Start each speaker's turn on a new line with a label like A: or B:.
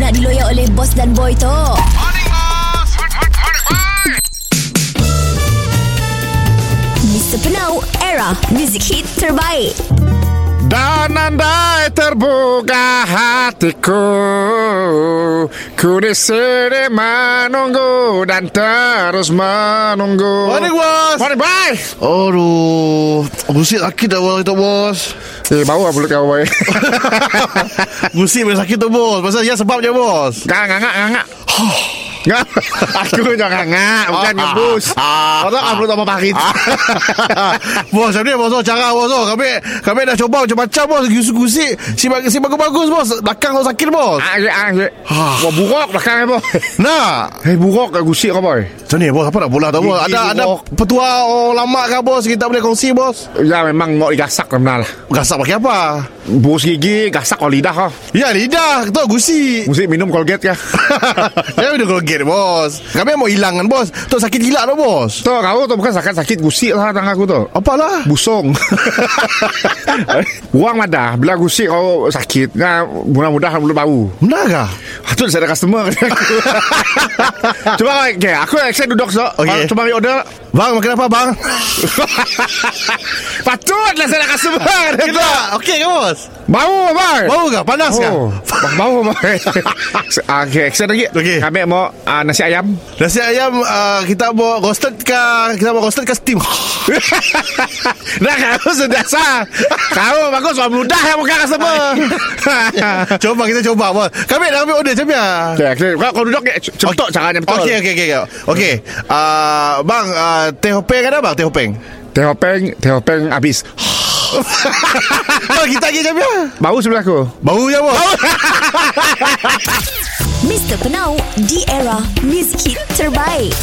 A: nak diloyak oleh bos dan boy tu. Mr. Penau, era music hit terbaik.
B: Dan andai terbuka hatiku Ku di sini menunggu Dan terus menunggu
C: Morning, bos.
B: Morning bye
C: Aduh Gusit sakit dah bos kita bos
B: Eh bau lah mulut kau boy
C: Gusit memang sakit tu bos Pasal ya sebab je bos
B: Jangan ngangak ngangak Ngak. Aku jangan ngangak Bukan ya, Ah, ngebus Orang aku tak mau parit
C: Bos macam ni bos oh, Cara bos oh. Kami kami dah coba macam-macam bos Gusit Si, bag- si bagus-bagus bos Belakang tu sakit bos
B: Ah, ah, ah. Wah buruk belakang eh boy
C: Nah
B: Eh buruk ke gusik kau boy
C: Macam ni bos Apa nak bola tau bos
B: Gigi
C: Ada ada
B: buruk.
C: petua orang lama kah bos Kita boleh kongsi bos
B: Ya memang mau digasak lah benar lah
C: Gasak pakai apa
B: Bus gigi gasak kau lidah kau
C: Ya lidah Kita gusi
B: Mesti minum Colgate ya
C: Saya udah golget bos Kami mau hilangkan bos Tu sakit gila tu bos
B: Tu kau tu bukan sakit-sakit gusik lah tangan aku tu
C: Apalah
B: Busung Uang madah Bila gusik kau sakit Nah, Mudah-mudahan belum bau
C: Benar kah?
B: Itu saya ada customer Cuba kau okay, Aku saya duduk so
C: Okey.
B: Cuba ambil order
C: Bang makan apa bang?
B: Patutlah saya Ah, ada customer
C: Kita Okey ke bos?
B: Bau bang
C: Bau kah? Panas kah?
B: Oh, bau bau bang. Okey, saya lagi.
C: Okey.
B: Kami mau ah, nasi ayam.
C: Nasi ayam uh, Kita mau roasted kah? Kita mau roasted kah steam?
B: Dah kau sudah sah. Kau bagus suami mudah yang bukan customer.
C: coba kita coba bos Kami dah ambil order macam mana?
B: Okey, okey. kau kau duduk cepat caranya betul.
C: Okey okey okey okey. Okey. Ah, bang ah, teh hopeng ada bang teh hopeng?
B: Teh hopeng, teh hopeng habis.
C: bang kita pergi macam mana?
B: Bau sebelah aku.
C: Bau je bos.
A: Mr. Penau, di era music hit terbaik.